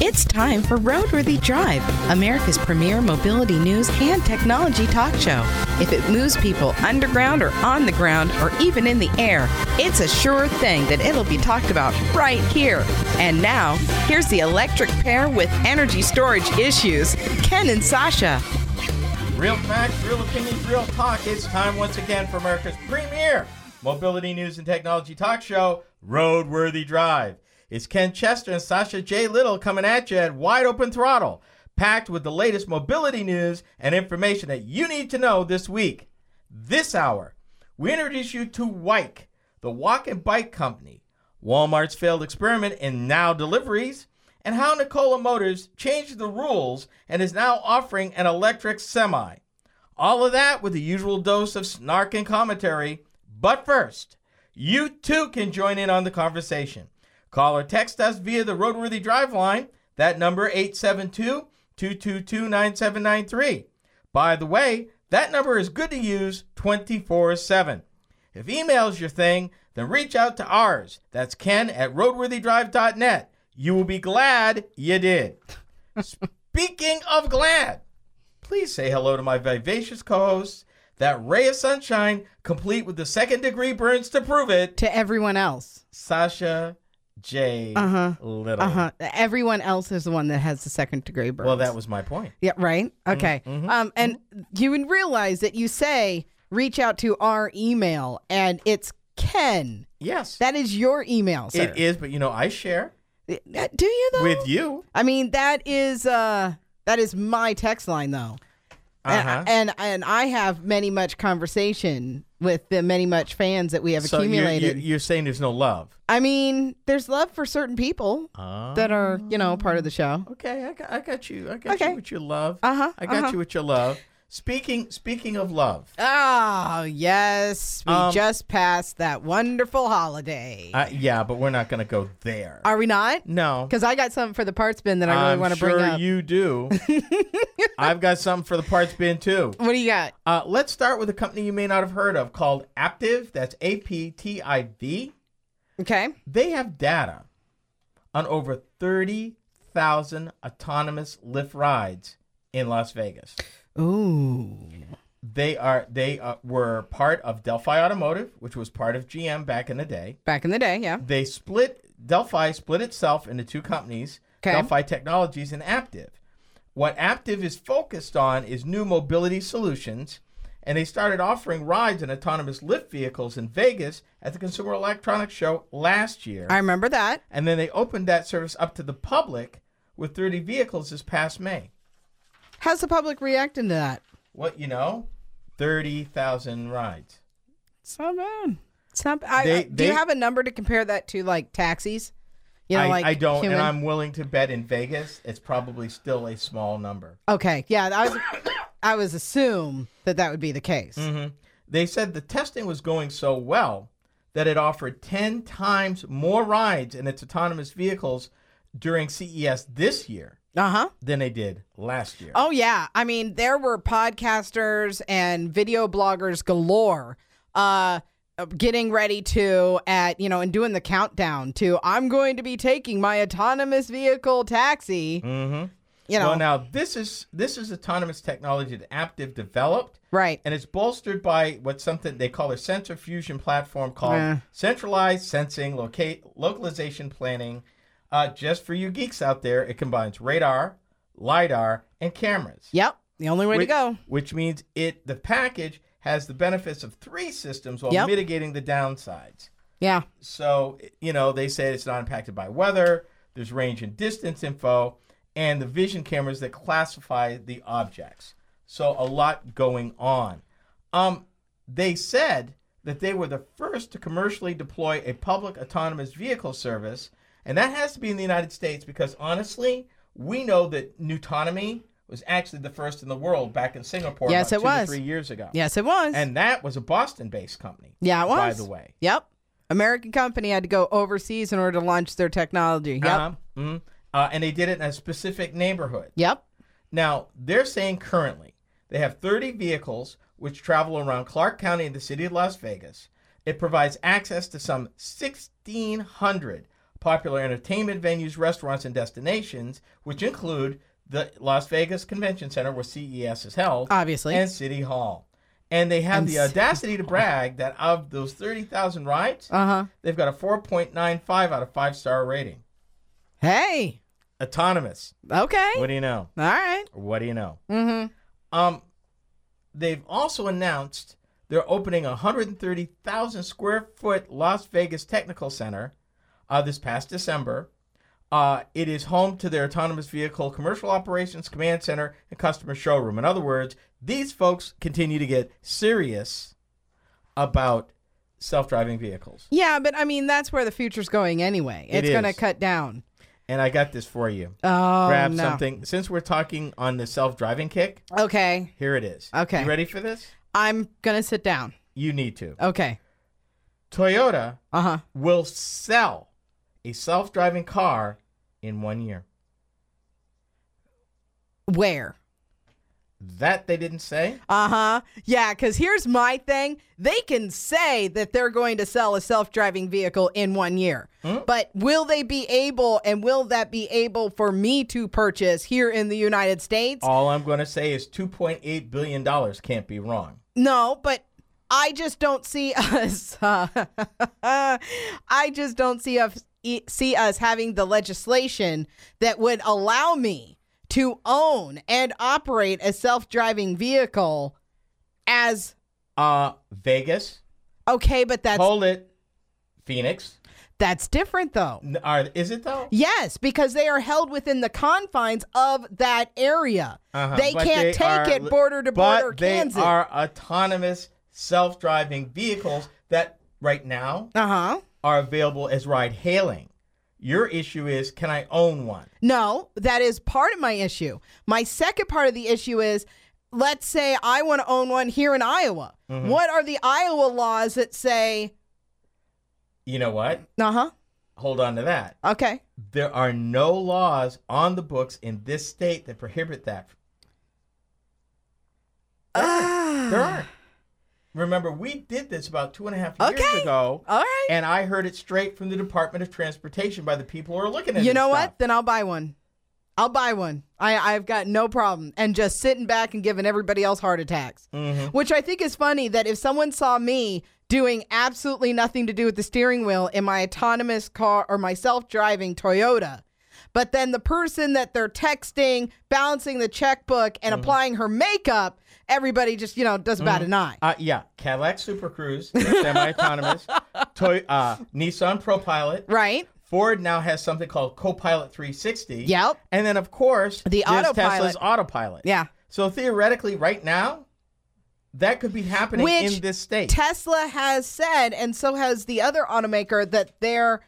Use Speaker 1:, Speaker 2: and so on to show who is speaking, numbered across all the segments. Speaker 1: It's time for Roadworthy Drive, America's premier mobility news and technology talk show. If it moves people underground or on the ground or even in the air, it's a sure thing that it'll be talked about right here. And now, here's the electric pair with energy storage issues, Ken and Sasha.
Speaker 2: Real facts, real opinions, real talk. It's time once again for America's premier mobility news and technology talk show, Roadworthy Drive. It's Ken Chester and Sasha J. Little coming at you at wide open throttle, packed with the latest mobility news and information that you need to know this week. This hour, we introduce you to Wyke, the walk and bike company, Walmart's failed experiment in now deliveries, and how Nikola Motors changed the rules and is now offering an electric semi. All of that with the usual dose of snark and commentary. But first, you too can join in on the conversation. Call or text us via the Roadworthy Drive line, that number 872-222-9793. By the way, that number is good to use 24/7. If email's your thing, then reach out to ours. That's ken at roadworthydrive.net. You will be glad you did. Speaking of glad, please say hello to my vivacious co-hosts, that ray of sunshine, complete with the second degree burns to prove it,
Speaker 3: to everyone else.
Speaker 2: Sasha J.
Speaker 3: Uh-huh.
Speaker 2: Little.
Speaker 3: Uh huh. Everyone else is the one that has the second degree burns.
Speaker 2: Well, that was my point.
Speaker 3: yeah, right.
Speaker 2: Mm-hmm.
Speaker 3: Okay. Um, and you would realize that you say reach out to our email, and it's Ken.
Speaker 2: Yes,
Speaker 3: That is your email, sir.
Speaker 2: it is. But you know, I share
Speaker 3: Uh, Do you though?
Speaker 2: with you.
Speaker 3: I mean, that is uh, that is my text line though. And-
Speaker 2: Uh-huh.
Speaker 3: And, and I have many much conversation with the many much fans that we have
Speaker 2: So you're,
Speaker 3: accumulated.
Speaker 2: you're, you're saying there's no love.
Speaker 3: I mean, there's love for certain people that are you know part of the show.
Speaker 2: Okay, I got, I got you. I got
Speaker 3: Okay.
Speaker 2: you with your love.
Speaker 3: Uh-huh,
Speaker 2: I got
Speaker 3: uh-huh.
Speaker 2: you with your love. Speaking speaking of love,
Speaker 3: Oh, yes. We
Speaker 2: Ah. Um,
Speaker 3: just passed that wonderful holiday.
Speaker 2: uh, yeah, but we're not gonna go there.
Speaker 3: Are we not?
Speaker 2: no,
Speaker 3: Because I got something for the parts bin that I really
Speaker 2: I'm
Speaker 3: want to
Speaker 2: sure
Speaker 3: bring up.
Speaker 2: you do. I've got something for the parts bin too.
Speaker 3: what do you got?
Speaker 2: Uh, let's start with a company you may not have heard of called Aptiv. That's A P T I V.
Speaker 3: Okay.
Speaker 2: They have data on over 30,000 autonomous Lyft rides in Las Vegas.
Speaker 3: Ooh.
Speaker 2: They are they uh, were part of Delphi Automotive, which was part of GM back in the day.
Speaker 3: Back in the day, yeah.
Speaker 2: They split Delphi split itself into two companies,
Speaker 3: Okay.
Speaker 2: Delphi Technologies and Aptiv. What Aptiv is focused on is new mobility solutions, and they started offering rides in autonomous Lyft vehicles in Vegas at the Consumer Electronics Show last year.
Speaker 3: I remember that.
Speaker 2: and then they opened that service up to the public with 30 vehicles this past May.
Speaker 3: How's the public reacting to that?
Speaker 2: What you know, 30,000 rides.
Speaker 3: It's not bad. It's not. I,
Speaker 2: They-
Speaker 3: I- do you
Speaker 2: they-
Speaker 3: have a number to compare that to, like taxis? You know,
Speaker 2: I,
Speaker 3: like
Speaker 2: I don't,
Speaker 3: human-
Speaker 2: and I'm willing to bet in Vegas it's probably still a small number.
Speaker 3: okay. Yeah, I was. I was assume that that would be the case.
Speaker 2: Mm-hmm. They said the testing was going so well that it offered 10 times more rides in its autonomous vehicles during CES this year
Speaker 3: Uh huh.
Speaker 2: than they did last year.
Speaker 3: Oh yeah, I mean there were podcasters and video bloggers galore, uh, getting ready to at you know and doing the countdown to I'm going to be taking my autonomous vehicle taxi. Mm-hmm. You know,
Speaker 2: Well, now this is this is autonomous technology that Aptiv developed,
Speaker 3: right?
Speaker 2: and it's bolstered by what something they call a sensor fusion platform called
Speaker 3: Yeah.
Speaker 2: centralized sensing locate localization planning. Uh, just for you geeks out there, it combines radar, lidar, and cameras.
Speaker 3: Yep, the only way to go.
Speaker 2: Which means it the package has the benefits of three systems while
Speaker 3: Yep.
Speaker 2: mitigating the downsides.
Speaker 3: Yeah,
Speaker 2: So you know they say it's not impacted by weather. There's range and distance info, and the vision cameras that classify the objects. So a lot going on. Um, they said that they were the first to commercially deploy a public autonomous vehicle service, and that has to be in the United States because honestly, we know that Newtonomy was actually the first in the world back in Singapore.
Speaker 3: Yes,
Speaker 2: about
Speaker 3: it
Speaker 2: two to
Speaker 3: was.
Speaker 2: three years ago.
Speaker 3: yes, it was.
Speaker 2: and that was a Boston-based company.
Speaker 3: yeah, it was.
Speaker 2: By the way.
Speaker 3: yep, American company had to go overseas in order to launch their technology. Yep,
Speaker 2: Uh-huh. Mhm. Uh, and they did it in a specific neighborhood.
Speaker 3: yep.
Speaker 2: Now, they're saying currently they have 30 vehicles which travel around Clark County and the city of Las Vegas, It provides access to some 1,600 popular entertainment venues, restaurants, and destinations, which include the Las Vegas Convention Center, where CES is held,
Speaker 3: Obviously.
Speaker 2: and City Hall. And they have
Speaker 3: And
Speaker 2: the
Speaker 3: City
Speaker 2: audacity to brag that of those 30,000 rides,
Speaker 3: Uh huh.
Speaker 2: they've got a 4.95 out of five star rating.
Speaker 3: Hey.
Speaker 2: Autonomous.
Speaker 3: Okay.
Speaker 2: What do you know?
Speaker 3: All right.
Speaker 2: What do you know?
Speaker 3: Mm-hmm.
Speaker 2: Um, they've also announced they're opening a 130,000 square foot Las Vegas Technical Center uh, this past December. Uh, it is home to their autonomous vehicle commercial operations command center and customer showroom. In other words, these folks continue to get serious about self driving vehicles.
Speaker 3: Yeah, but I mean that's where the future's going anyway.
Speaker 2: It
Speaker 3: It's gonna
Speaker 2: is.
Speaker 3: cut down.
Speaker 2: And I got this for you.
Speaker 3: Oh
Speaker 2: Grab
Speaker 3: no.
Speaker 2: something. Since we're talking on the self driving kick,
Speaker 3: Okay.
Speaker 2: here it is.
Speaker 3: Okay.
Speaker 2: You ready for this?
Speaker 3: I'm gonna sit down.
Speaker 2: You need to.
Speaker 3: Okay.
Speaker 2: Toyota
Speaker 3: Uh huh.
Speaker 2: will sell a self-driving car in one year.
Speaker 3: Where?
Speaker 2: That they didn't say.
Speaker 3: Uh huh. Yeah, because here's my thing. They can say that they're going to sell a self driving vehicle in one year, but will they be able and will that be able for me to purchase here in the United States?
Speaker 2: All I'm going to say is 2.8 billion dollars can't be wrong.
Speaker 3: No, but I just don't see us. Uh, I just don't see us e- see us having the legislation that would allow me to own and operate a self-driving vehicle. As
Speaker 2: Uh Vegas,
Speaker 3: okay, but that's
Speaker 2: hold it. Phoenix.
Speaker 3: that's different though.
Speaker 2: N- Are is it though?
Speaker 3: Yes, because they are held within the confines of that area.
Speaker 2: Uh-huh,
Speaker 3: They
Speaker 2: but
Speaker 3: can't take
Speaker 2: are-
Speaker 3: it border to border
Speaker 2: But they
Speaker 3: Kansas.
Speaker 2: are autonomous self-driving vehicles that right now
Speaker 3: uh huh.
Speaker 2: are available as ride hailing. Your issue is can I own one?
Speaker 3: No, that is part of my issue. My second part of the issue is let's say I want to own one here in Iowa. What are the Iowa laws that say,
Speaker 2: You know what?
Speaker 3: uh huh,
Speaker 2: Hold on to that.
Speaker 3: okay,
Speaker 2: there are no laws on the books in this state that prohibit that. There
Speaker 3: Ah.
Speaker 2: aren't. Remember, we did this about two and a half years
Speaker 3: Okay.
Speaker 2: ago,
Speaker 3: all right.
Speaker 2: and I heard it straight from the Department of Transportation by the people who are looking at
Speaker 3: you
Speaker 2: this
Speaker 3: know
Speaker 2: stuff.
Speaker 3: what? Then I'll buy one. I'll buy one. I, I've got no problem. And just sitting back and giving everybody else heart attacks,
Speaker 2: Mm-hmm.
Speaker 3: which I think is funny that if someone saw me doing absolutely nothing to do with the steering wheel in my autonomous car or my self driving Toyota, but then the person that they're texting, balancing the checkbook,
Speaker 2: Mm-hmm.
Speaker 3: and applying her makeup, everybody just, you know, does bat an eye.
Speaker 2: Uh, yeah, Cadillac Super Cruise, semi-autonomous, Toy, uh, Nissan ProPilot,
Speaker 3: Right?
Speaker 2: Ford now has something called Copilot 360.
Speaker 3: Yep.
Speaker 2: and then of course
Speaker 3: The
Speaker 2: there's
Speaker 3: autopilot.
Speaker 2: Tesla's autopilot.
Speaker 3: Yeah.
Speaker 2: So theoretically, right now, that could be happening
Speaker 3: Which
Speaker 2: in this state.
Speaker 3: Tesla has said, and so has the other automaker, that they're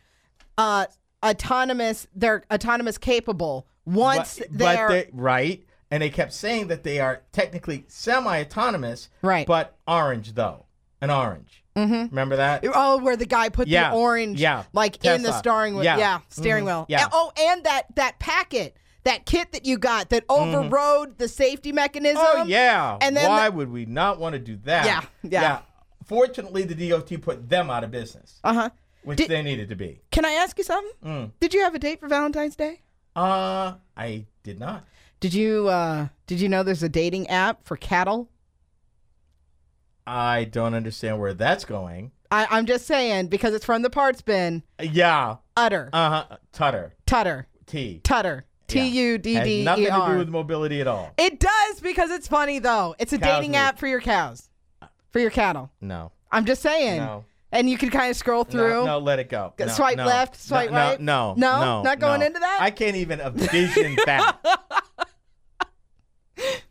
Speaker 3: uh, autonomous. They're autonomous capable once
Speaker 2: but, but
Speaker 3: they're
Speaker 2: they- right, and they kept saying that they are technically semi-autonomous,
Speaker 3: Right.
Speaker 2: But orange though, an orange. Mm-hmm. Remember that?
Speaker 3: oh, where the guy put
Speaker 2: Yeah,
Speaker 3: the orange,
Speaker 2: yeah,
Speaker 3: like in the
Speaker 2: Tesla,
Speaker 3: steering wheel,
Speaker 2: yeah. Mm-hmm.
Speaker 3: yeah, steering wheel,
Speaker 2: yeah.
Speaker 3: And- oh, and that that packet, that kit that you got that overrode the safety mechanism.
Speaker 2: Mm-hmm. Oh yeah.
Speaker 3: um, and then
Speaker 2: why
Speaker 3: the-
Speaker 2: would we not want to do that?
Speaker 3: Yeah, yeah.
Speaker 2: Fortunately, the DOT put them out of business,
Speaker 3: Uh huh.
Speaker 2: which
Speaker 3: Did-
Speaker 2: they needed to be.
Speaker 3: Can I ask you something?
Speaker 2: Mm.
Speaker 3: Did you have a date for Valentine's Day?
Speaker 2: Uh, I did not.
Speaker 3: Did you uh, did you know there's a dating app for cattle?
Speaker 2: I don't understand where that's going.
Speaker 3: I, I'm just saying because it's from the parts bin.
Speaker 2: Yeah.
Speaker 3: Utter.
Speaker 2: Uh huh. Tutter.
Speaker 3: Tutter.
Speaker 2: T.
Speaker 3: Tutter.
Speaker 2: Yeah.
Speaker 3: T U D
Speaker 2: Has
Speaker 3: D
Speaker 2: nothing
Speaker 3: E
Speaker 2: to do
Speaker 3: R.
Speaker 2: with mobility at all.
Speaker 3: It does because it's funny though. It's a
Speaker 2: Cows
Speaker 3: dating
Speaker 2: move.
Speaker 3: app for your cows, for your cattle.
Speaker 2: No.
Speaker 3: I'm just saying.
Speaker 2: No.
Speaker 3: And you can kind of scroll
Speaker 2: No,
Speaker 3: through.
Speaker 2: No, let it go. No,
Speaker 3: Swipe
Speaker 2: no,
Speaker 3: left,
Speaker 2: no,
Speaker 3: swipe
Speaker 2: no,
Speaker 3: right?
Speaker 2: No,
Speaker 3: No?
Speaker 2: no,
Speaker 3: Not going
Speaker 2: no.
Speaker 3: into that?
Speaker 2: I can't even envision that. I,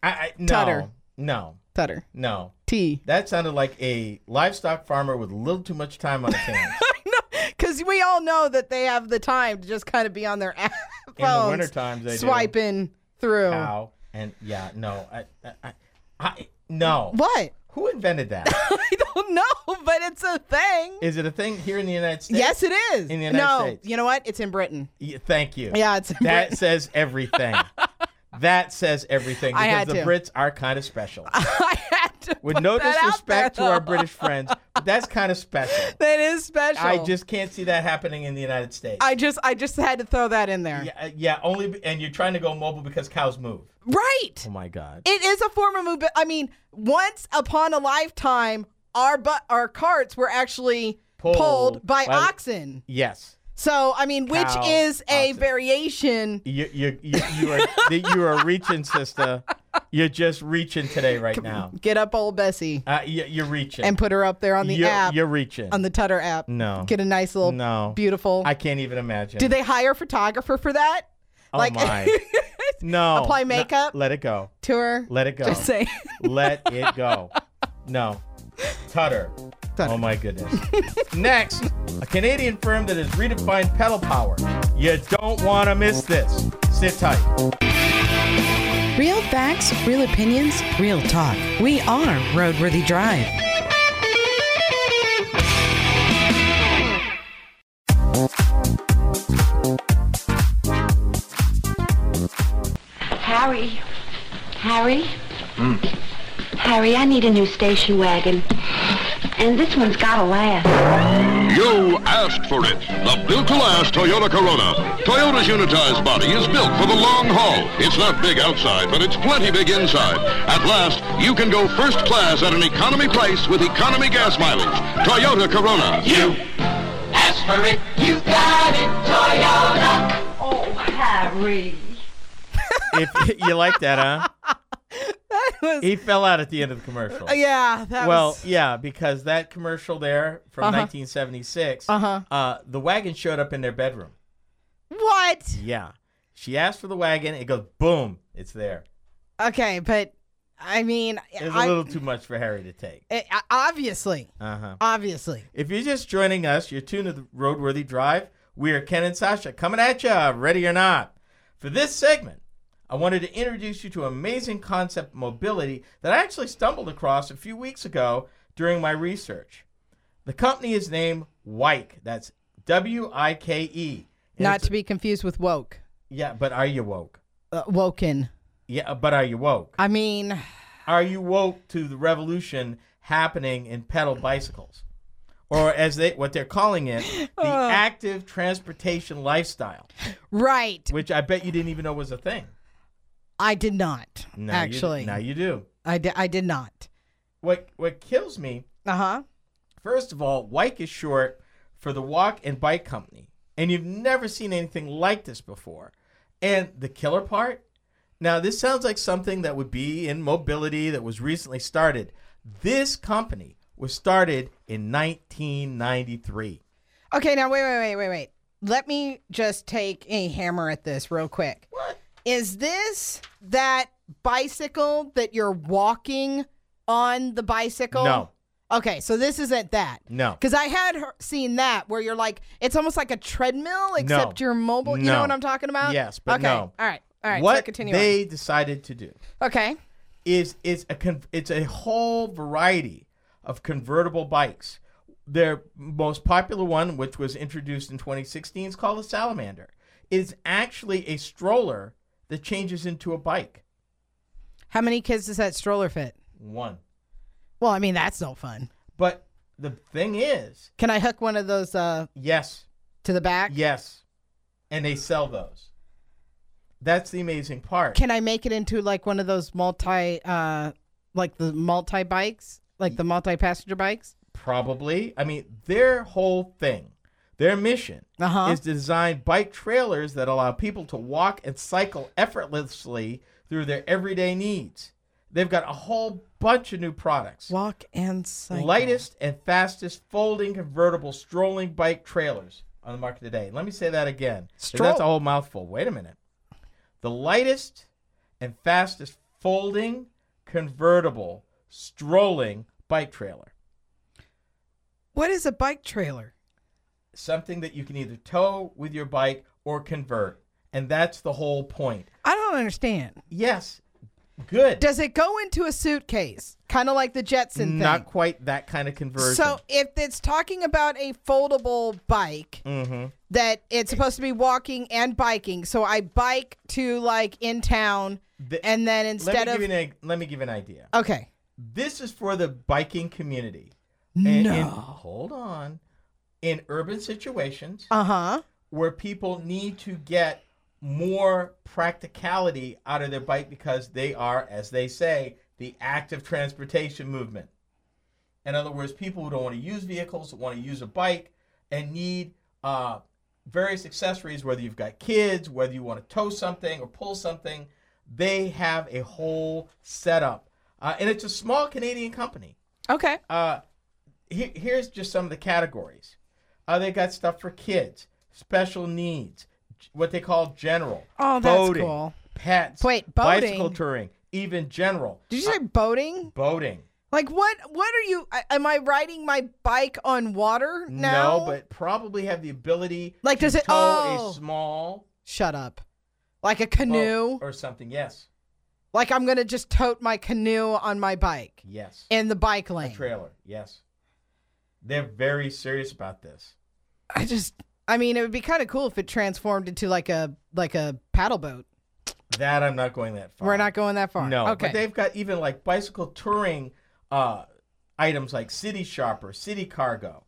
Speaker 2: I no,
Speaker 3: Tutter.
Speaker 2: no,
Speaker 3: Tutter.
Speaker 2: no.
Speaker 3: T.
Speaker 2: That sounded like a livestock farmer with a little too much time on his hands
Speaker 3: Because we all know that they have the time to just kind of be on their app
Speaker 2: in the
Speaker 3: phones,
Speaker 2: winter times. They do
Speaker 3: swiping through.
Speaker 2: cow and yeah, no, I, I, I, I no.
Speaker 3: What?
Speaker 2: Who invented that?
Speaker 3: I don't know, but it's a thing.
Speaker 2: Is it a thing here in the United States?
Speaker 3: yes, it is.
Speaker 2: In the United
Speaker 3: no,
Speaker 2: States.
Speaker 3: you know what? It's in Britain.
Speaker 2: Y- Thank you.
Speaker 3: Yeah, it's in Britain.
Speaker 2: That says everything. that says everything because
Speaker 3: I had
Speaker 2: the
Speaker 3: to.
Speaker 2: Brits are kind of special.
Speaker 3: I had to
Speaker 2: With
Speaker 3: put
Speaker 2: no
Speaker 3: that out
Speaker 2: disrespect
Speaker 3: there,
Speaker 2: to our
Speaker 3: though.
Speaker 2: British friends, That's kind of special.
Speaker 3: That is special.
Speaker 2: I just can't see that happening in the United States.
Speaker 3: I just, I just had to throw that in there.
Speaker 2: yeah, uh, yeah, only be- and you're trying to go mobile because cows move.
Speaker 3: Right.
Speaker 2: Oh my god.
Speaker 3: It is a form of movement. I mean, once upon a lifetime, our but our carts were actually
Speaker 2: Pulled
Speaker 3: pulled, by,
Speaker 2: by-
Speaker 3: oxen.
Speaker 2: Yes.
Speaker 3: So I mean, which
Speaker 2: Cow,
Speaker 3: is a
Speaker 2: oxen.
Speaker 3: variation.
Speaker 2: You you you, you are you are reaching, sister. You're just reaching today right now.
Speaker 3: Get up, old Bessie,
Speaker 2: Uh, you, you're reaching.
Speaker 3: and put her up there on the
Speaker 2: you're,
Speaker 3: app,
Speaker 2: you're reaching.
Speaker 3: on the Tutter app.
Speaker 2: No.
Speaker 3: get a nice little
Speaker 2: No.
Speaker 3: beautiful.
Speaker 2: I can't even imagine.
Speaker 3: Do they hire a photographer for that?
Speaker 2: oh
Speaker 3: like-
Speaker 2: my. no.
Speaker 3: Apply
Speaker 2: No.
Speaker 3: makeup?
Speaker 2: let it go.
Speaker 3: Tour.
Speaker 2: Let it go.
Speaker 3: Just saying.
Speaker 2: Let it go. No. Tutter.
Speaker 3: Tutter.
Speaker 2: Oh my goodness. Next, a Canadian firm that has redefined pedal power. You don't want to miss this. Sit tight.
Speaker 1: Real facts, real opinions, real talk. We are Roadworthy Drive.
Speaker 4: Harry. Harry? Harry, I need a new station wagon. And this one's gotta last.
Speaker 5: You asked for it. The built-to-last Toyota Corona. Toyota's unitized body is built for the long haul. It's not big outside, but it's plenty big inside. At last, you can go first class at an economy price with economy gas mileage. Toyota Corona. You asked for it. You got it, Toyota.
Speaker 4: Oh, Harry.
Speaker 2: If you like that, huh?
Speaker 3: That was- Uh,
Speaker 2: He fell out at the end of the commercial.
Speaker 3: yeah. That
Speaker 2: Well,
Speaker 3: was,
Speaker 2: yeah, because that commercial there from 1976,
Speaker 3: Uh-huh.
Speaker 2: uh, the wagon showed up in their bedroom.
Speaker 3: what?
Speaker 2: Yeah. She asked for the wagon. It goes boom. It's there.
Speaker 3: Okay, but I mean,
Speaker 2: It was a
Speaker 3: I-
Speaker 2: little too much for Harry to take.
Speaker 3: it- Eh, obviously,
Speaker 2: Uh huh.
Speaker 3: obviously.
Speaker 2: If you're just joining us, you're tuned to the Roadworthy Drive. We are Ken and Sasha coming at ya, ready or not. For this segment, I wanted to introduce you to an amazing concept of mobility that I actually stumbled across a few weeks ago during my research. The company is named Wike. That's W I K E. And
Speaker 3: Not
Speaker 2: it's-
Speaker 3: to be confused with woke.
Speaker 2: Yeah, but are you woke?
Speaker 3: Uh, woken.
Speaker 2: Yeah, but are you woke?
Speaker 3: I mean,
Speaker 2: Are you woke to the revolution happening in pedal bicycles? Or as they what they're calling it, the active transportation lifestyle,
Speaker 3: right.
Speaker 2: which I bet you didn't even know was a thing.
Speaker 3: I did not.
Speaker 2: Now you-
Speaker 3: actually,
Speaker 2: now you do.
Speaker 3: I, di- I did not.
Speaker 2: What what kills me,
Speaker 3: Uh huh.
Speaker 2: first of all, Wyke is short for the Walk and Bike Company. And you've never seen anything like this before. And the killer part, now this sounds like something that would be in mobility that was recently started. This company was started in 1993.
Speaker 3: Okay, now wait, wait, wait, wait, wait. Let me just take a hammer at this real quick.
Speaker 2: What?
Speaker 3: Is this that bicycle that you're walking on the bicycle?
Speaker 2: No.
Speaker 3: Okay, so this isn't that.
Speaker 2: No.
Speaker 3: Because I had he- seen that where you're like, it's almost like a treadmill, except you're mobile. You
Speaker 2: No.
Speaker 3: know what I'm talking about?
Speaker 2: Yes, but
Speaker 3: okay.
Speaker 2: no.
Speaker 3: All right. All right. so
Speaker 2: what
Speaker 3: continue on.
Speaker 2: they decided to do
Speaker 3: Okay.
Speaker 2: is it's a con- it's a whole variety of convertible bikes. Their most popular one, which was introduced in 2016, is called the Salamander. It is actually a stroller that changes into a bike.
Speaker 3: How many kids does that stroller fit?
Speaker 2: One,
Speaker 3: Well, I mean, that's no fun.
Speaker 2: but the thing is,
Speaker 3: Can I hook one of those uh,
Speaker 2: yes,
Speaker 3: to the back?
Speaker 2: yes, and they sell those. That's the amazing part.
Speaker 3: Can I make it into like one of those multi, uh, like the multi bikes, like the multi passenger bikes?
Speaker 2: Probably. I mean, their whole thing, their mission
Speaker 3: Uh-huh.
Speaker 2: is to design bike trailers that allow people to walk and cycle effortlessly through their everyday needs. They've got a whole bunch of new products.
Speaker 3: Walk and cycle.
Speaker 2: Lightest and fastest folding convertible strolling bike trailers on the market today. Let me say that again. 'cause That's
Speaker 3: Stroll.
Speaker 2: a whole mouthful. Wait a minute. The lightest and fastest folding convertible strolling bike trailer.
Speaker 3: What is a bike trailer?
Speaker 2: something that you can either tow with your bike or convert. And that's the whole point.
Speaker 3: I don't understand.
Speaker 2: Yes, good.
Speaker 3: Does it go into a suitcase, kind of like the Jetson thing?
Speaker 2: Not quite that kind of conversion.
Speaker 3: So if it's talking about a foldable bike
Speaker 2: Mm. Mm-hmm.
Speaker 3: that it's supposed to be walking and biking, so I bike to like in town,
Speaker 2: The-
Speaker 3: and then
Speaker 2: let
Speaker 3: instead
Speaker 2: me,
Speaker 3: of
Speaker 2: give you an, let me give you an idea.
Speaker 3: okay,
Speaker 2: This is for the biking community. And- and- hold on. In urban situations
Speaker 3: Uh huh.
Speaker 2: where people need to get more practicality out of their bike because they are, as they say, the active transportation movement. In other words, people who don't want to use vehicles want to use a bike and need uh, various accessories, whether you've got kids, whether you want to tow something or pull something, they have a whole setup. Uh, and it's a small Canadian company
Speaker 3: Okay.
Speaker 2: uh, he- here's just some of the categories. Uh, they got stuff for kids, special needs, g- what they call general.
Speaker 3: Oh, that's
Speaker 2: boating,
Speaker 3: cool.
Speaker 2: Pets.
Speaker 3: Wait,
Speaker 2: Bicycle
Speaker 3: boating?
Speaker 2: touring, even general
Speaker 3: Did you say boating?
Speaker 2: boating.
Speaker 3: Like what? What are you? I, am I riding my bike on water now?
Speaker 2: No, but probably have the ability.
Speaker 3: Like,
Speaker 2: to
Speaker 3: does it-
Speaker 2: tow
Speaker 3: oh.
Speaker 2: a small
Speaker 3: shut up. Like a
Speaker 2: boat
Speaker 3: canoe.
Speaker 2: or something? Yes,
Speaker 3: Like I'm gonna just tote my canoe on my bike
Speaker 2: yes.
Speaker 3: in the bike
Speaker 2: a
Speaker 3: lane.
Speaker 2: trailer. Yes, they're very serious about this.
Speaker 3: I just. I mean, it would be kind of cool if it transformed into like a like a paddle boat.
Speaker 2: That I'm not going that far.
Speaker 3: We're not going that far.
Speaker 2: No,
Speaker 3: Okay.
Speaker 2: but they've got even like bicycle touring uh, items like City Shopper, City Cargo.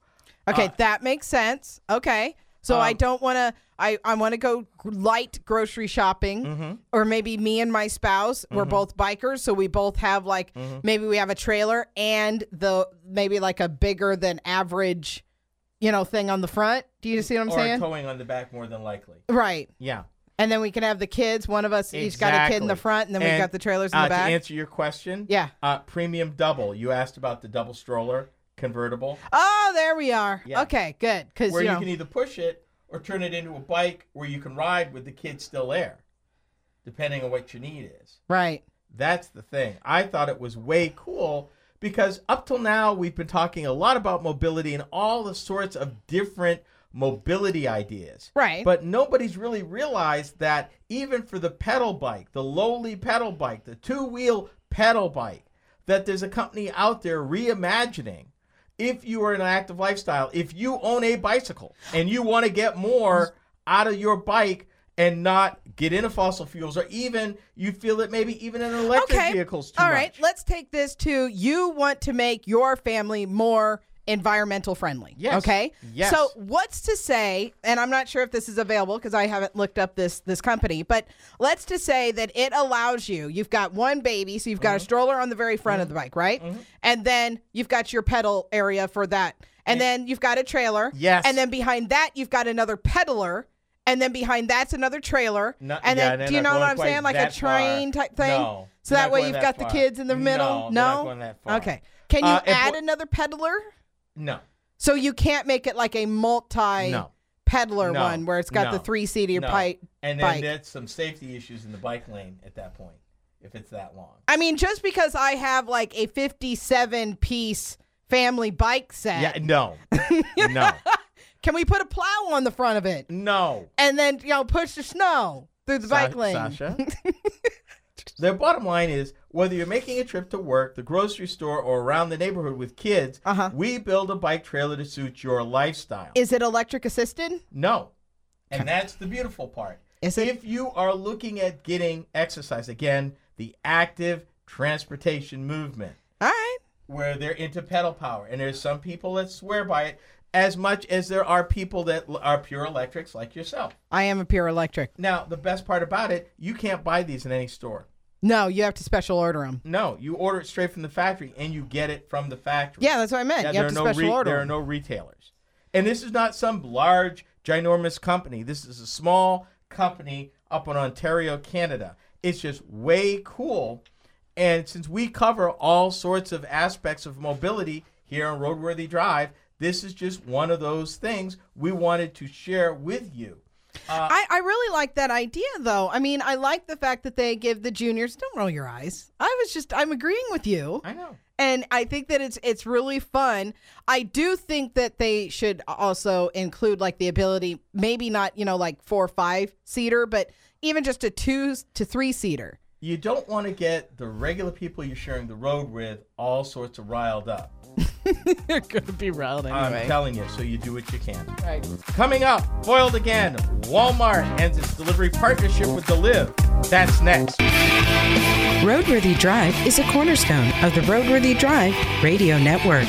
Speaker 3: Okay,
Speaker 2: uh,
Speaker 3: that makes sense. Okay. So I
Speaker 2: Um,
Speaker 3: don't want to I I want to go light grocery shopping
Speaker 2: Mm-hmm.
Speaker 3: or maybe me and my spouse we're both bikers so we both have like
Speaker 2: Mm-hmm.
Speaker 3: maybe we have a trailer and the maybe like a bigger than average you know thing on the front. Do you see what I'm
Speaker 2: or
Speaker 3: saying?
Speaker 2: towing on the back more than likely.
Speaker 3: right.
Speaker 2: Yeah.
Speaker 3: And then we can have the kids, one of us each got a kid in the
Speaker 2: Exactly.
Speaker 3: front and then we got the trailers in
Speaker 2: uh,
Speaker 3: the back.
Speaker 2: To answer your question,
Speaker 3: Yeah.
Speaker 2: uh, premium double. You asked about the double stroller convertible,
Speaker 3: oh, there we are.
Speaker 2: Yeah.
Speaker 3: Okay, good cuz
Speaker 2: where
Speaker 3: you
Speaker 2: you,
Speaker 3: know
Speaker 2: can either push it or turn it into a bike where you can ride with the kid still there, depending on what your need is.
Speaker 3: right.
Speaker 2: That's the thing. I thought it was way cool because up till now we've been talking a lot about mobility and all the sorts of different mobility ideas.
Speaker 3: Right.
Speaker 2: But nobody's really realized that even for the pedal bike, the lowly pedal bike, the two-wheel pedal bike, that there's a company out there reimagining if you are in an active lifestyle, if you own a bicycle and you want to get more out of your bike and not get into fossil fuels, or even you feel that maybe even an electric
Speaker 3: okay.
Speaker 2: vehicle's too
Speaker 3: All
Speaker 2: much.
Speaker 3: right, let's take this to you want to make your family more environmental friendly.
Speaker 2: Yes.
Speaker 3: Okay.
Speaker 2: Yes.
Speaker 3: So what's to say, and I'm not sure if this is available because I haven't looked up this this company, but let's to say that it allows you, you've got one baby, so you've
Speaker 2: Mm-hmm.
Speaker 3: got a stroller on the very front of the bike, right? And then you've got your pedal area for that. And then you've got a trailer.
Speaker 2: Yes.
Speaker 3: And then behind that you've got another pedaler. And then behind that's another trailer.
Speaker 2: No-
Speaker 3: and
Speaker 2: yeah,
Speaker 3: then
Speaker 2: they're
Speaker 3: do you
Speaker 2: not
Speaker 3: know what
Speaker 2: going
Speaker 3: I'm
Speaker 2: quite
Speaker 3: saying? Like a
Speaker 2: that far.
Speaker 3: train type thing.
Speaker 2: No,
Speaker 3: so
Speaker 2: they're
Speaker 3: that
Speaker 2: not
Speaker 3: way
Speaker 2: going
Speaker 3: you've got
Speaker 2: that
Speaker 3: the
Speaker 2: far.
Speaker 3: kids in the
Speaker 2: No,
Speaker 3: middle.
Speaker 2: they're
Speaker 3: No,
Speaker 2: not going that far.
Speaker 3: Okay. Can you
Speaker 2: Uh, if
Speaker 3: add
Speaker 2: wha-
Speaker 3: another peddler?
Speaker 2: No.
Speaker 3: So you can't make it like a multi
Speaker 2: No.
Speaker 3: peddler
Speaker 2: No.
Speaker 3: one where it's got the
Speaker 2: No.
Speaker 3: three seater
Speaker 2: no.
Speaker 3: bike.
Speaker 2: And then
Speaker 3: bike.
Speaker 2: there's some safety issues in the bike lane at that point, if it's that long.
Speaker 3: I mean, just because I have like a 57 piece family bike set,
Speaker 2: Yeah, no. no.
Speaker 3: can we put a plow on the front of it
Speaker 2: No.
Speaker 3: and then you know push the snow through the bike
Speaker 2: Sa-
Speaker 3: lane?
Speaker 2: Sasha. Their bottom line is whether you're making a trip to work, the grocery store, or around the neighborhood with kids,
Speaker 3: Uh-huh.
Speaker 2: we build a bike trailer to suit your lifestyle.
Speaker 3: Is it electric assisted?
Speaker 2: No. And that's the beautiful part.
Speaker 3: Is it-
Speaker 2: If you are looking at getting exercise, again, the active transportation movement,
Speaker 3: All right.
Speaker 2: where they're into pedal power, and there's some people that swear by it as much as there are people that l- are pure electrics like yourself.
Speaker 3: I am a pure electric.
Speaker 2: Now, the best part about it, you can't buy these in any store.
Speaker 3: No, you have to special order them.
Speaker 2: No, you order it straight from the factory, and you get it from the factory.
Speaker 3: Yeah, that's what I meant.
Speaker 2: Yeah,
Speaker 3: you have to
Speaker 2: there, are no
Speaker 3: special
Speaker 2: re-
Speaker 3: order.
Speaker 2: there are
Speaker 3: 'em.
Speaker 2: no retailers. And this is not some large, ginormous company. This is a small company up in Ontario, Canada. It's just way cool. And since we cover all sorts of aspects of mobility here on Roadworthy Drive, this is just one of those things we wanted to share with you.
Speaker 3: I, I really like that idea though. I mean, I like the fact that they give the juniors don't roll your eyes. I was just I'm agreeing with you.
Speaker 2: I know.
Speaker 3: And I think that it's it's really fun. I do think that they should also include like the ability, maybe not, you know, like four or five seater, but even just a two to three seater.
Speaker 2: you don't want to get the regular people you're sharing the road with all sorts of riled up.
Speaker 3: They're gonna be riled
Speaker 2: I'm telling you, so you do what you can. Right. Coming up, foiled again. Walmart ends its delivery partnership with Deliv. That's next.
Speaker 1: Roadworthy Drive is a cornerstone of the Roadworthy Drive radio network.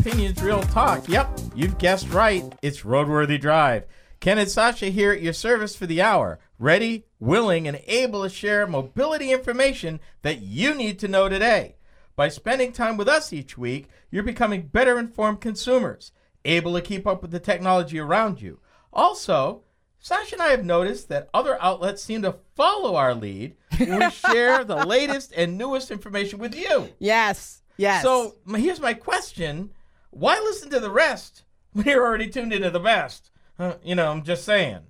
Speaker 2: opinions, real talk. Yep, you've guessed right. It's Roadworthy Drive. Ken and Sasha here at your service for the hour, ready, willing, and able to share mobility information that you need to know today. By spending time with us each week, you're becoming better informed consumers, able to keep up with the technology around you. Also, Sasha and I have noticed that other outlets seem to follow our lead when we share the latest and newest information with you.
Speaker 3: Yes. Yes.
Speaker 2: So m- here's my question: Why listen to the rest when you're already tuned into the best? Huh, you know, I'm just saying.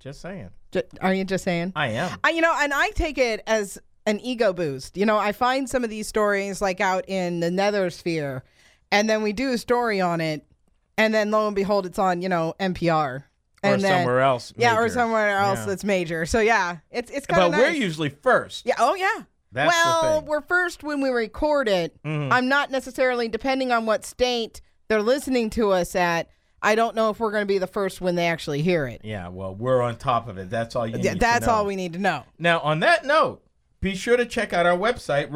Speaker 2: Just saying.
Speaker 3: J- are you just saying?
Speaker 2: I am.
Speaker 3: I, you know, and I take it as an ego boost. You know, I find some of these stories like out in the nether sphere, and then we do a story on it, and then lo and behold, it's on you know NPR and then-
Speaker 2: somewhere else
Speaker 3: Yeah, or
Speaker 2: major.
Speaker 3: somewhere else
Speaker 2: Yeah.
Speaker 3: that's major. So yeah, it's it's kind of
Speaker 2: but we're usually first.
Speaker 3: yeah. Oh yeah.
Speaker 2: That's the
Speaker 3: well,
Speaker 2: thing. Mm-hmm.
Speaker 3: we're first when we record it. I'm not necessarily depending on what state they're listening to us at. I don't know if we're going to be the first when they actually hear it.
Speaker 2: Yeah. Well, we're on top of it. That's all you.
Speaker 3: Th-
Speaker 2: need
Speaker 3: that's
Speaker 2: to know.
Speaker 3: all we need to know.
Speaker 2: Now, on that note, be sure to check out our website,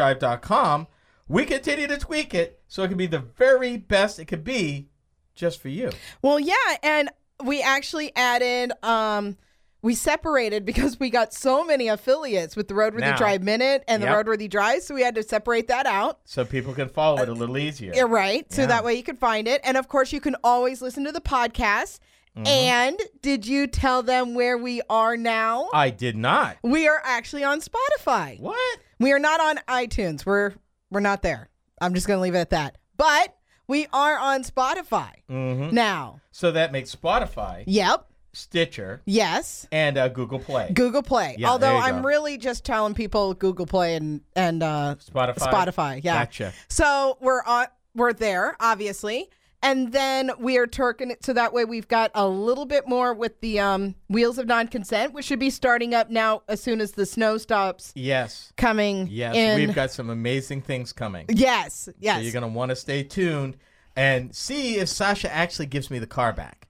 Speaker 2: roadworthydrive.com. We continue to tweak it so it can be the very best it could be, just for you.
Speaker 3: Well, yeah, and we actually added um we separated because we got so many affiliates with the Roadworthy
Speaker 2: Now.
Speaker 3: Drive Minute and
Speaker 2: Yep.
Speaker 3: the Roadworthy Drive, so we had to separate that out.
Speaker 2: So people can follow it a little easier.
Speaker 3: Yeah, right. So
Speaker 2: Yeah.
Speaker 3: that way you can find it. And of course, you can always listen to the podcast.
Speaker 2: Mm-hmm.
Speaker 3: And did you tell them where we are now?
Speaker 2: I did not.
Speaker 3: we are actually on Spotify.
Speaker 2: Uh, What?
Speaker 3: We are not on iTunes. We're we're not there. I'm just going to leave it at that. But we are on Spotify
Speaker 2: Mm-hmm.
Speaker 3: now.
Speaker 2: So that makes Spotify,
Speaker 3: Yep.
Speaker 2: Stitcher,
Speaker 3: Yes.
Speaker 2: and uh, Google Play.
Speaker 3: Google Play.
Speaker 2: Yeah,
Speaker 3: Although
Speaker 2: there you
Speaker 3: I'm
Speaker 2: go.
Speaker 3: really just telling people Google Play and and uh,
Speaker 2: Spotify.
Speaker 3: Spotify. Yeah.
Speaker 2: Gotcha.
Speaker 3: So we're on. We're there, obviously, and then we are turking it so that way we've got a little bit more with the um, wheels of non-consent, which should be starting up now as soon as the snow stops
Speaker 2: Yes.
Speaker 3: coming.
Speaker 2: Yes.
Speaker 3: in.
Speaker 2: We've got some amazing things coming.
Speaker 3: Yes. Yes.
Speaker 2: So you're going to want to stay tuned and see if Sasha actually gives me the car back.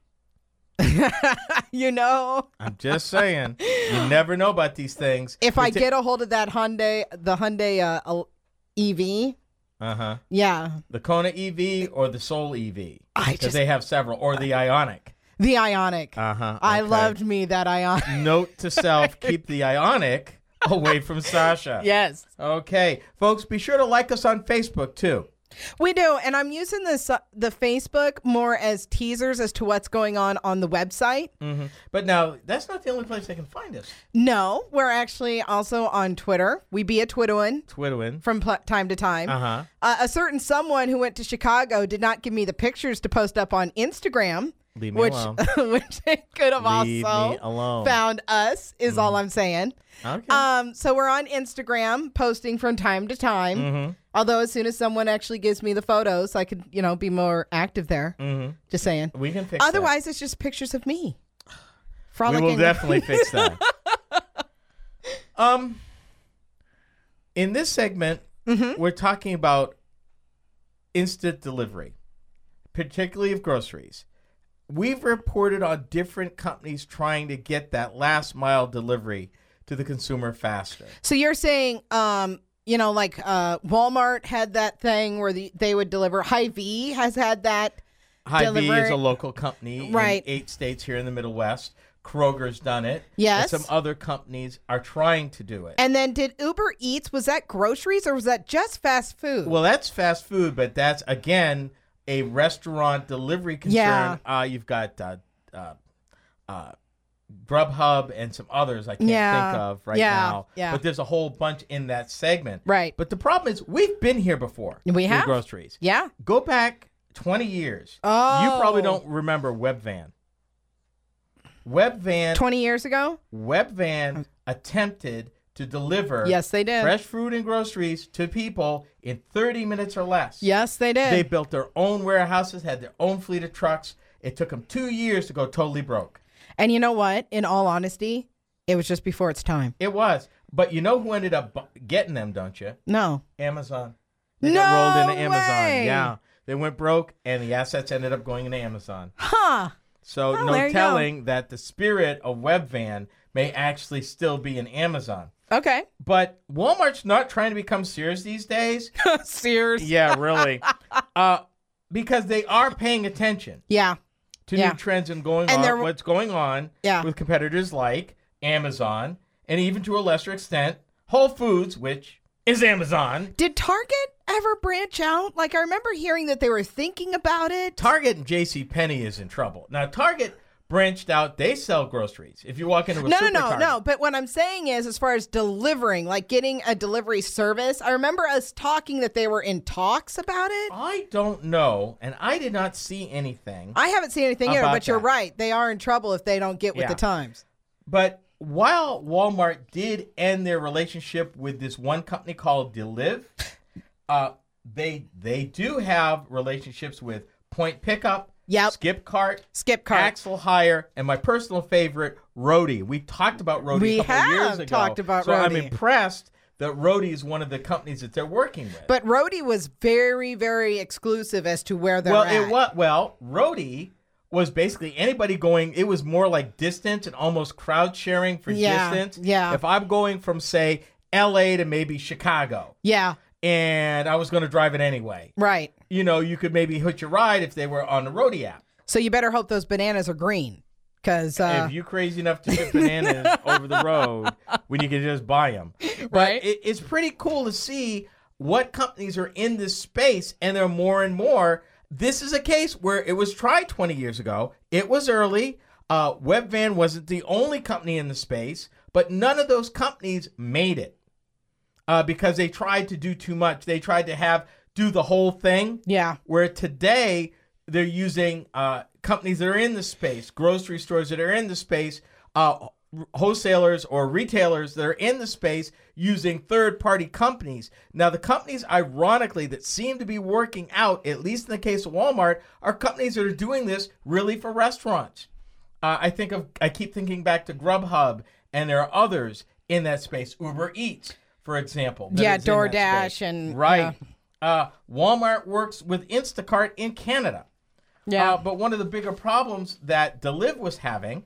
Speaker 3: you know,
Speaker 2: I'm just saying. you never know about these things.
Speaker 3: if I get a hold of that Hyundai, the Hyundai uh, el- EV,
Speaker 2: Uh huh.
Speaker 3: yeah,
Speaker 2: The Kona EV or the Soul EV?
Speaker 3: I
Speaker 2: Because
Speaker 3: just-
Speaker 2: they have several, or the Ionic.
Speaker 3: the Ionic.
Speaker 2: Uh-huh,
Speaker 3: I
Speaker 2: okay. Mm.
Speaker 3: loved me that Ionic.
Speaker 2: Note to self: keep the Ionic away from Sasha.
Speaker 3: yes.
Speaker 2: Okay, folks, be sure to like us on Facebook too.
Speaker 3: We do, and I'm using this uh, the Facebook more as teasers as to what's going on on the website.
Speaker 2: Mm. But now that's not the only place they can find us.
Speaker 3: No, we're actually also on Twitter. We be a Twitterin
Speaker 2: Twitwin.
Speaker 3: from pl- time to time.
Speaker 2: Uh-huh.
Speaker 3: Uh, a certain someone who went to Chicago did not give me the pictures to post up on Instagram,
Speaker 2: Leave me
Speaker 3: which
Speaker 2: alone.
Speaker 3: which they could have
Speaker 2: Leave
Speaker 3: also
Speaker 2: me alone. Mm.
Speaker 3: found us. Is all I'm saying.
Speaker 2: Okay.
Speaker 3: Um, so we're on Instagram posting from time to time.
Speaker 2: Mm-hmm.
Speaker 3: Although as soon as someone actually gives me the photos, I could, you know, be more active there. Mm-hmm. Just saying.
Speaker 2: we can fix.
Speaker 3: Otherwise, it's just pictures of me.
Speaker 2: that. we
Speaker 3: Frolicking.
Speaker 2: will definitely fix that. um, in this segment,
Speaker 3: Mm-hmm.
Speaker 2: we're talking about instant delivery, particularly of groceries. We've reported on different companies trying to get that last mile delivery to the consumer faster.
Speaker 3: So you're saying, um, you know, like uh, Walmart had that thing where the, they would deliver. Hy-Vee has had that.
Speaker 2: Hy-Vee is
Speaker 3: Deliver-
Speaker 2: a local company
Speaker 3: Right.
Speaker 2: in eight states here in the Middle West. Kroger's done it.
Speaker 3: Yes.
Speaker 2: And some other companies are trying to do it.
Speaker 3: And then did Uber Eats? Was that groceries or was that just fast food?
Speaker 2: well, that's fast food, but that's, again, a restaurant delivery concern. Uh, you've got uh, uh, uh, Grubhub and some others I can't
Speaker 3: Yeah.
Speaker 2: think of right
Speaker 3: Yeah.
Speaker 2: now.
Speaker 3: Yeah.
Speaker 2: But there's a whole bunch in that segment.
Speaker 3: Right.
Speaker 2: But the problem is, we've been here before.
Speaker 3: We
Speaker 2: with
Speaker 3: have.
Speaker 2: groceries.
Speaker 3: yeah.
Speaker 2: Go back 20 years. You
Speaker 3: Oh.
Speaker 2: probably don't remember Webvan. Webvan
Speaker 3: 20 years ago?
Speaker 2: Webvan attempted to deliver
Speaker 3: Yes, they did.
Speaker 2: fresh fruit and groceries to people in 30 minutes or less.
Speaker 3: Yes, they did.
Speaker 2: They built their own warehouses, had their own fleet of trucks. It took them 2 years to go totally broke.
Speaker 3: And you know what? In all honesty, it was just before its time.
Speaker 2: It was. But you know who ended up bu- getting them, don't you?
Speaker 3: No.
Speaker 2: Amazon. They
Speaker 3: No
Speaker 2: got rolled into
Speaker 3: way!
Speaker 2: Amazon. Yeah. They went broke and the assets ended up going into Amazon.
Speaker 3: Huh.
Speaker 2: So
Speaker 3: Well, Oh, there
Speaker 2: no
Speaker 3: you go.
Speaker 2: telling that the spirit of Webvan may actually still be in Amazon.
Speaker 3: Okay.
Speaker 2: But Walmart's not trying to become Sears these days.
Speaker 3: Sears.
Speaker 2: yeah, really. Uh, because they are paying attention
Speaker 3: Yeah.
Speaker 2: to
Speaker 3: Yeah.
Speaker 2: new trends and going
Speaker 3: And
Speaker 2: on
Speaker 3: they're-
Speaker 2: what's going on
Speaker 3: Yeah.
Speaker 2: with competitors like Amazon and even to a lesser extent Whole Foods, which is Amazon.
Speaker 3: Did Target ever branch out? Like I remember hearing that they were thinking about it.
Speaker 2: Target and J.C. Penney is in trouble now. Target branched out; they sell groceries. If you walk into a
Speaker 3: no, no,
Speaker 2: super
Speaker 3: no,
Speaker 2: Target-
Speaker 3: no. But what I'm saying is, as far as delivering, like getting a delivery service, I remember us talking that they were in talks about it.
Speaker 2: I don't know, and I did not see anything.
Speaker 3: I haven't seen anything either,
Speaker 2: About
Speaker 3: but you're
Speaker 2: that.
Speaker 3: right. They are in trouble if they don't get with
Speaker 2: Yeah.
Speaker 3: the times.
Speaker 2: But while Walmart did end their relationship with this one company called Deliv, uh, they they do have relationships with Point Pickup,
Speaker 3: Yep.
Speaker 2: Skip Cart,
Speaker 3: Skip cart.
Speaker 2: Axel Hire, and my personal favorite, Rody. We talked about Rody
Speaker 3: We
Speaker 2: a couple
Speaker 3: have
Speaker 2: years ago.
Speaker 3: talked about
Speaker 2: so I'm
Speaker 3: Rhodi.
Speaker 2: impressed that Rody is one of the companies that they're working with.
Speaker 3: But Rhodey was very, very exclusive as to where they're
Speaker 2: well,
Speaker 3: at.
Speaker 2: it was well, Rody was basically anybody going. It was more like distance and almost crowd sharing for
Speaker 3: Yeah,
Speaker 2: distance.
Speaker 3: yeah.
Speaker 2: If I'm going from say L.A. to maybe Chicago,
Speaker 3: Yeah,
Speaker 2: and I was going to drive it anyway,
Speaker 3: right.
Speaker 2: you know, you could maybe hitch a ride if they were on the Rody app.
Speaker 3: So you better hope those bananas are green, because uh,
Speaker 2: if you crazy enough to ship bananas over the road when you can just buy them. But
Speaker 3: Right.
Speaker 2: it, it's pretty cool to see what companies are in this space, and there are more and more. This is a case where it was tried 20 years ago. It was early. Uh, Webvan wasn't the only company in the space, but none of those companies made it uh, because they tried to do too much. They tried to have do the whole thing.
Speaker 3: Yeah.
Speaker 2: Where today they're using uh, companies that are in the space, grocery stores that are in the space, uh, wholesalers or retailers that are in the space using third party companies. Now, the companies, ironically, that seem to be working out, at least in the case of Walmart, are companies that are doing this really for restaurants. Uh, I think of I keep thinking back to Grubhub, and there are others in that space. Uber Eats, for example. that
Speaker 3: Yeah,
Speaker 2: is in that
Speaker 3: DoorDash
Speaker 2: space.
Speaker 3: and-
Speaker 2: right. Uh, Walmart works with Instacart in Canada.
Speaker 3: yeah,
Speaker 2: Uh, but one of the bigger problems that Deliv was having,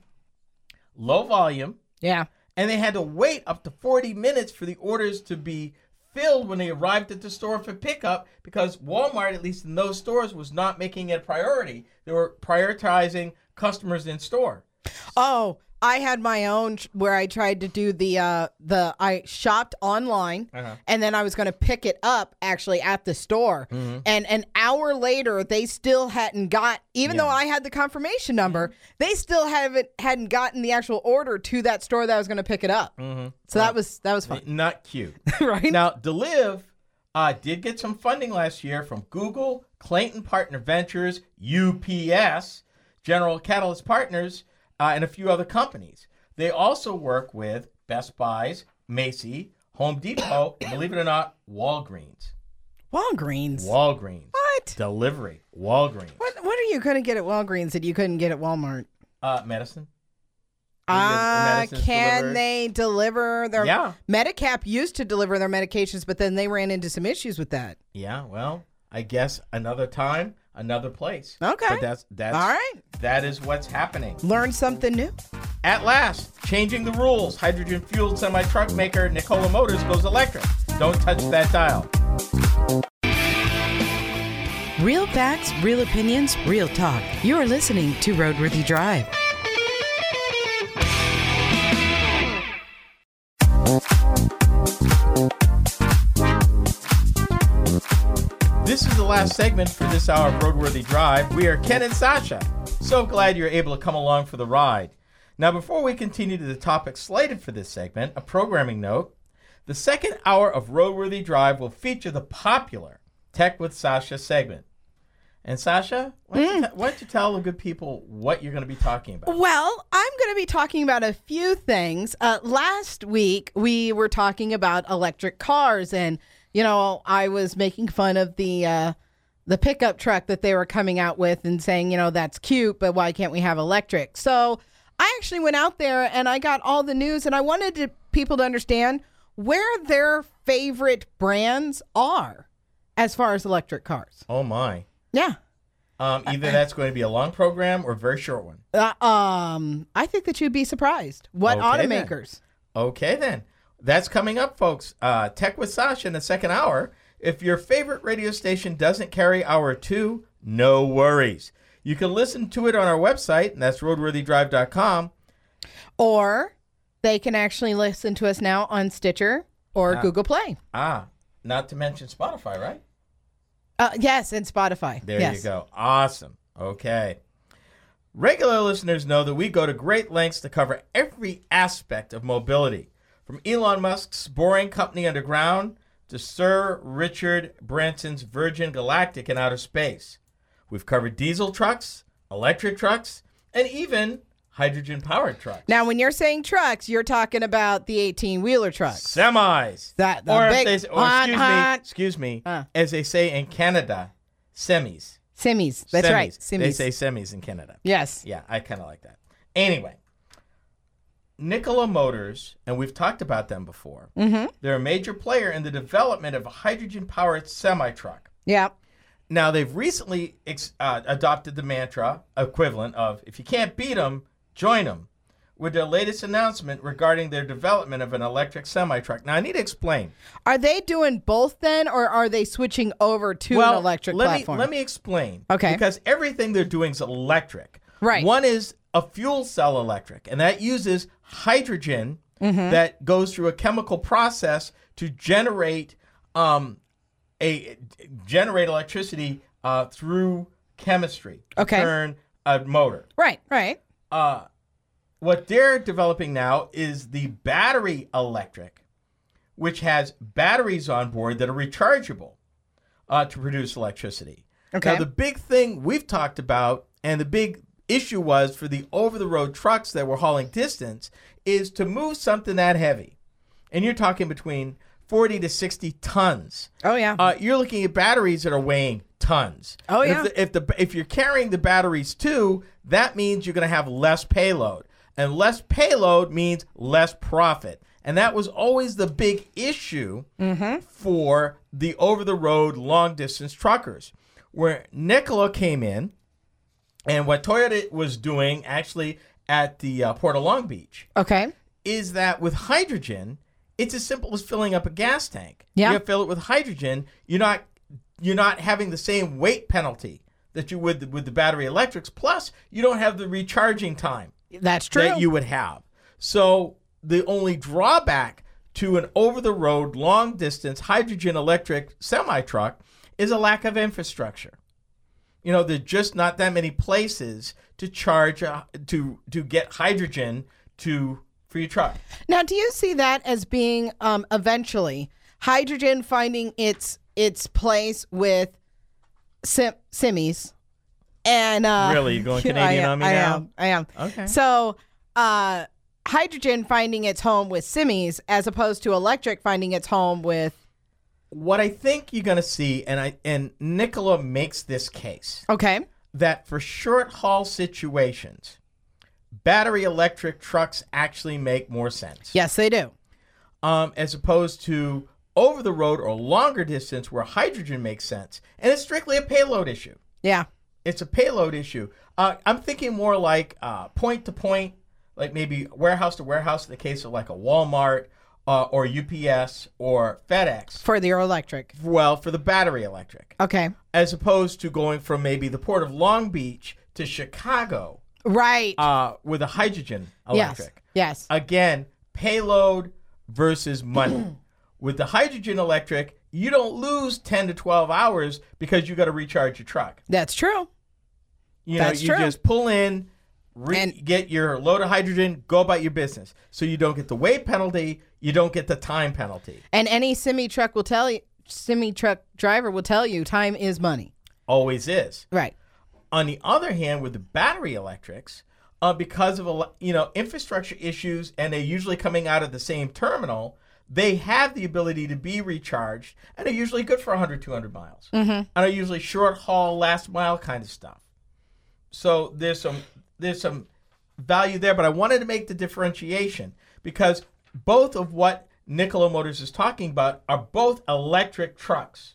Speaker 2: low volume,
Speaker 3: yeah,
Speaker 2: and they had to wait up to 40 minutes for the orders to be filled when they arrived at the store for pickup because Walmart, at least in those stores, was not making it a priority. They were prioritizing customers in store.
Speaker 3: Oh, I had my own tr- where I tried to do the uh the I shopped online and then I was going to pick it up actually at the store. And an hour later they still hadn't got even though I had the confirmation number, they still haven't hadn't gotten the actual order to that store that I was going to pick it up. So that was that was fun.
Speaker 2: Not cute.
Speaker 3: right?
Speaker 2: Now, Deliv uh, did get some funding last year from Google, Clayton Partner Ventures, UPS, General Catalyst Partners, uh, and a few other companies. They also work with Best Buys, Macy, Home Depot, and believe it or not, Walgreens.
Speaker 3: Walgreens.
Speaker 2: Walgreens.
Speaker 3: what?
Speaker 2: Delivery. Walgreens.
Speaker 3: What what are you going to get at Walgreens that you couldn't get at Walmart?
Speaker 2: Uh, medicine. Even if the
Speaker 3: Uh,
Speaker 2: medicine's
Speaker 3: can
Speaker 2: delivered.
Speaker 3: they deliver their
Speaker 2: Yeah.
Speaker 3: Medicap used to deliver their medications, but then they ran into some issues with that.
Speaker 2: Yeah, well, I guess another time, another place.
Speaker 3: Okay.
Speaker 2: But that's that's
Speaker 3: All right.
Speaker 2: That is what's happening.
Speaker 3: Learn something new.
Speaker 2: At last, changing the rules. Hydrogen fueled semi truck maker Nikola Motors goes electric. Don't touch that dial.
Speaker 1: Real facts, real opinions, real talk. You're listening to Roadworthy Drive.
Speaker 2: This is the last segment for this hour of Roadworthy Drive. We are Ken and Sasha. So glad you're able to come along for the ride. Now, before we continue to the topic slated for this segment, a programming note. The second hour of Roadworthy Drive will feature the popular Tech with Sasha segment. And Sasha, why don't, you, te- why don't you tell the good people what you're going to be talking about?
Speaker 3: Well, I'm going to be talking about a few things. Uh, last week, we were talking about electric cars, and you know, I was making fun of the uh, the pickup truck that they were coming out with, and saying, you know, that's cute, but why can't we have electric? So I actually went out there and I got all the news, and I wanted to, people to understand where their favorite brands are as far as electric cars.
Speaker 2: Oh, my.
Speaker 3: Yeah.
Speaker 2: Um, either that's going to be a long program or a very short one.
Speaker 3: Uh, um, I think that you'd be surprised what
Speaker 2: Okay, then.
Speaker 3: automakers.
Speaker 2: Okay, then. That's coming up, folks. Uh, Tech with Sasha in the second hour. If your favorite radio station doesn't carry hour two, no worries. You can listen to it on our website, and that's roadworthydrive.com.
Speaker 3: Or they can actually listen to us now on Stitcher or Google Play.
Speaker 2: Ah, not to mention Spotify, right?
Speaker 3: Uh, yes, and Spotify.
Speaker 2: There
Speaker 3: yes.
Speaker 2: you go. Awesome. Okay. Regular listeners know that we go to great lengths to cover every aspect of mobility, from Elon Musk's boring company underground to Sir Richard Branson's Virgin Galactic in outer space. We've covered diesel trucks, electric trucks, and even hydrogen powered trucks.
Speaker 3: Now, when you're saying trucks, you're talking about the 18 wheeler trucks.
Speaker 2: semis.
Speaker 3: That- the
Speaker 2: or, if
Speaker 3: big-
Speaker 2: they, s- or
Speaker 3: Hot,
Speaker 2: excuse me,
Speaker 3: hot.
Speaker 2: excuse me,
Speaker 3: Uh.
Speaker 2: as they say in Canada, semis.
Speaker 3: Semis. That's
Speaker 2: semis.
Speaker 3: right. Semis.
Speaker 2: They say semis in Canada.
Speaker 3: yes.
Speaker 2: Yeah, I kind of like that. Anyway, Nikola Motors, and we've talked about them before, mm-hmm. they're a major player in the development of a hydrogen powered semi truck.
Speaker 3: Yeah.
Speaker 2: Now, they've recently ex- uh, adopted the mantra equivalent of if you can't beat 'em, join 'em," with their latest announcement regarding their development of an electric semi truck. Now, I need to explain.
Speaker 3: Are they doing both then, or are they switching over to an electric
Speaker 2: let
Speaker 3: platform?
Speaker 2: Me, let me explain.
Speaker 3: Okay.
Speaker 2: Because everything they're doing is electric.
Speaker 3: Right.
Speaker 2: One is a fuel cell electric, and that uses hydrogen
Speaker 3: Mm-hmm.
Speaker 2: that goes through a chemical process to generate um, a generate electricity uh, through chemistry. to
Speaker 3: Okay.
Speaker 2: Turn a motor.
Speaker 3: Right, right.
Speaker 2: What they're developing now is the battery electric, which has batteries on board that are rechargeable uh, to produce electricity.
Speaker 3: Okay.
Speaker 2: Now, the big thing we've talked about, and the big issue was for the over the road trucks that were hauling distance, is to move something that heavy. And you're talking between 40 to 60 tons.
Speaker 3: Oh, yeah.
Speaker 2: Uh, you're looking at batteries that are weighing tons.
Speaker 3: Oh,
Speaker 2: And
Speaker 3: yeah.
Speaker 2: If the, if the if you're carrying the batteries too, that means you're going to have less payload, and less payload means less profit. And that was always the big issue
Speaker 3: Mm-hmm.
Speaker 2: for the over-the-road long-distance truckers, where Nikola came in, and what Toyota was doing actually at the uh, Port of Long Beach
Speaker 3: okay.
Speaker 2: is that with hydrogen, it's as simple as filling up a gas tank.
Speaker 3: Yeah.
Speaker 2: You fill it with hydrogen, you're not you're not having the same weight penalty that you would with the battery electrics. Plus, you don't have the recharging time
Speaker 3: That's true.
Speaker 2: that you would have. So the only drawback to an over-the-road, long-distance hydrogen electric semi truck is a lack of infrastructure. You know, there's just not that many places to charge uh, to to get hydrogen to for your truck.
Speaker 3: Now, do you see that as being um, eventually hydrogen finding its its place with sim- simmies? And uh,
Speaker 2: Really? You going
Speaker 3: I
Speaker 2: Canadian
Speaker 3: am-
Speaker 2: on me
Speaker 3: I
Speaker 2: now?
Speaker 3: Am, I am.
Speaker 2: Okay.
Speaker 3: So, uh, hydrogen finding its home with simmies as opposed to electric finding its home with
Speaker 2: What I think you're going to see, and I and Nicola makes this case.
Speaker 3: okay,
Speaker 2: that for short haul situations, battery electric trucks actually make more sense.
Speaker 3: yes, they do.
Speaker 2: Um, as opposed to over the road or longer distance where hydrogen makes sense. And it's strictly a payload issue.
Speaker 3: Yeah,
Speaker 2: It's a payload issue. Uh, I'm thinking more like uh, point to point, like maybe warehouse to warehouse in the case of like a Walmart uh, or UPS or FedEx.
Speaker 3: for the electric.
Speaker 2: well, for the battery electric,
Speaker 3: Okay,
Speaker 2: as opposed to going from maybe the port of Long Beach to Chicago
Speaker 3: right.
Speaker 2: uh, with a hydrogen electric. Uh,
Speaker 3: Yes. Yes.
Speaker 2: Again, payload versus money. with the hydrogen electric, you don't lose 10 to 12 hours because you got to recharge your truck.
Speaker 3: That's true.
Speaker 2: You
Speaker 3: That's
Speaker 2: know, you
Speaker 3: true.
Speaker 2: just pull in, re-
Speaker 3: And-
Speaker 2: get your load of hydrogen, go about your business. So you don't get the weight penalty, you don't get the time penalty.
Speaker 3: And any semi truck will tell you, semi truck driver will tell you, time is money.
Speaker 2: Always is.
Speaker 3: Right.
Speaker 2: On the other hand, with the battery electrics, uh, because of ele- you know infrastructure issues, and they're usually coming out of the same terminal, they have the ability to be recharged, and are usually good for 100, 200 miles, mm-hmm. and are usually short haul, last mile kind of stuff. So there's some there's some value there, but I wanted to make the differentiation because both of what Nikola Motors is talking about are both electric trucks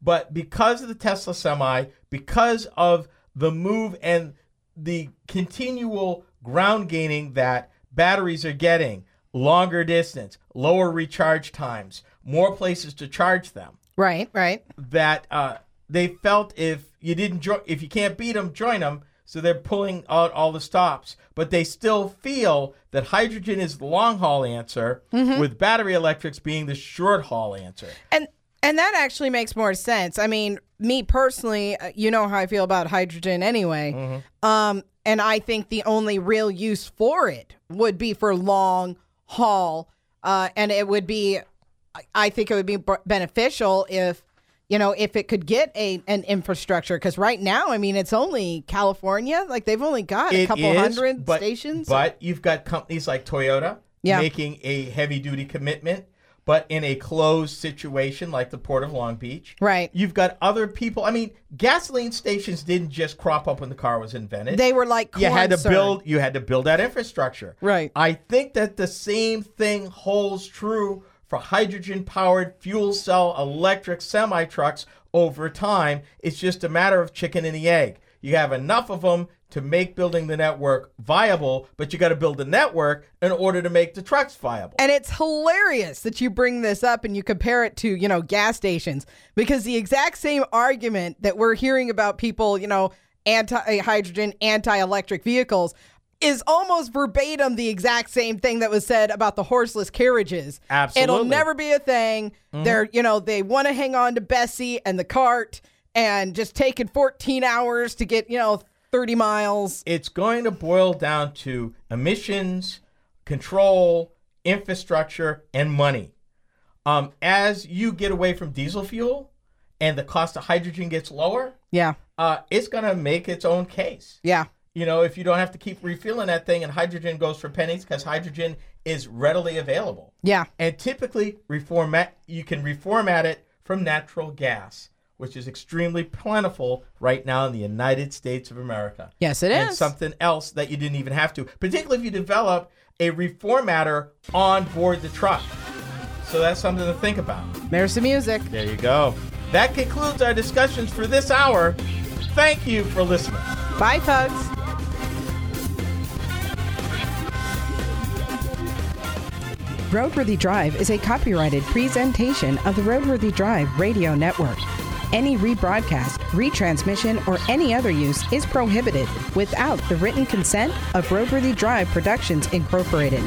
Speaker 2: but because of the Tesla semi, because of the move and the continual ground gaining that batteries are getting, longer distance, lower recharge times, more places to charge them,
Speaker 3: Right. Right.
Speaker 2: that uh, they felt if you didn't jo- if you can't beat them, join them. So they're pulling out all the stops, but they still feel that hydrogen is the long haul answer, with battery electrics being the short haul answer.
Speaker 3: And and that actually makes more sense. I mean, me personally, uh, you know how I feel about hydrogen anyway.
Speaker 2: Mm-hmm.
Speaker 3: Um, and I think the only real use for it would be for long haul, uh, and it would be, I- I think it would be b- beneficial if. You know, if it could get a an infrastructure, because right now, I mean, it's only California. Like they've only got a
Speaker 2: It
Speaker 3: couple
Speaker 2: is,
Speaker 3: hundred
Speaker 2: but,
Speaker 3: stations.
Speaker 2: But you've got companies like Toyota
Speaker 3: Yeah.
Speaker 2: making a heavy duty commitment, but in a closed situation like the Port of Long Beach.
Speaker 3: Right.
Speaker 2: You've got other people. I mean, gasoline stations didn't just crop up when the car was invented.
Speaker 3: they were like
Speaker 2: you had to
Speaker 3: corn syrup.
Speaker 2: build you had to build that infrastructure.
Speaker 3: Right.
Speaker 2: I think that the same thing holds true for hydrogen powered fuel cell electric semi trucks over time. It's just a matter of chicken and the egg. You have enough of them to make building the network viable, but you got to build the network in order to make the trucks viable.
Speaker 3: And it's hilarious that you bring this up and you compare it to, you know, gas stations because the exact same argument that we're hearing about people, you know, anti-hydrogen, anti-electric vehicles is almost verbatim the exact same thing that was said about the horseless carriages. It'll
Speaker 2: Absolutely. Mm-hmm.
Speaker 3: never be a thing. They're, you know, they want to hang on to Bessie and the cart and just taking 14 hours to get, you know, 30 miles.
Speaker 2: it's going to boil down to emissions, control, infrastructure, and money. Um, as you get away from diesel fuel and the cost of hydrogen gets lower,
Speaker 3: Yeah.
Speaker 2: uh, it's going to make its own case.
Speaker 3: Yeah.
Speaker 2: You know, if you don't have to keep refilling that thing and hydrogen goes for pennies because hydrogen is readily available.
Speaker 3: Yeah.
Speaker 2: And typically, reformat you can reformat it from natural gas, which is extremely plentiful right now in the United States of America.
Speaker 3: Yes, it
Speaker 2: and
Speaker 3: is.
Speaker 2: something else that you didn't even have to, particularly if you develop a reformatter on board the truck. So that's something to think about.
Speaker 3: There's the music.
Speaker 2: There you go. That concludes our discussions for this hour. Thank you for listening.
Speaker 3: Bye, folks.
Speaker 1: Roadworthy Drive is a copyrighted presentation of the Roadworthy Drive Radio Network. Any rebroadcast, retransmission, or any other use is prohibited without the written consent of Roadworthy Drive Productions Incorporated.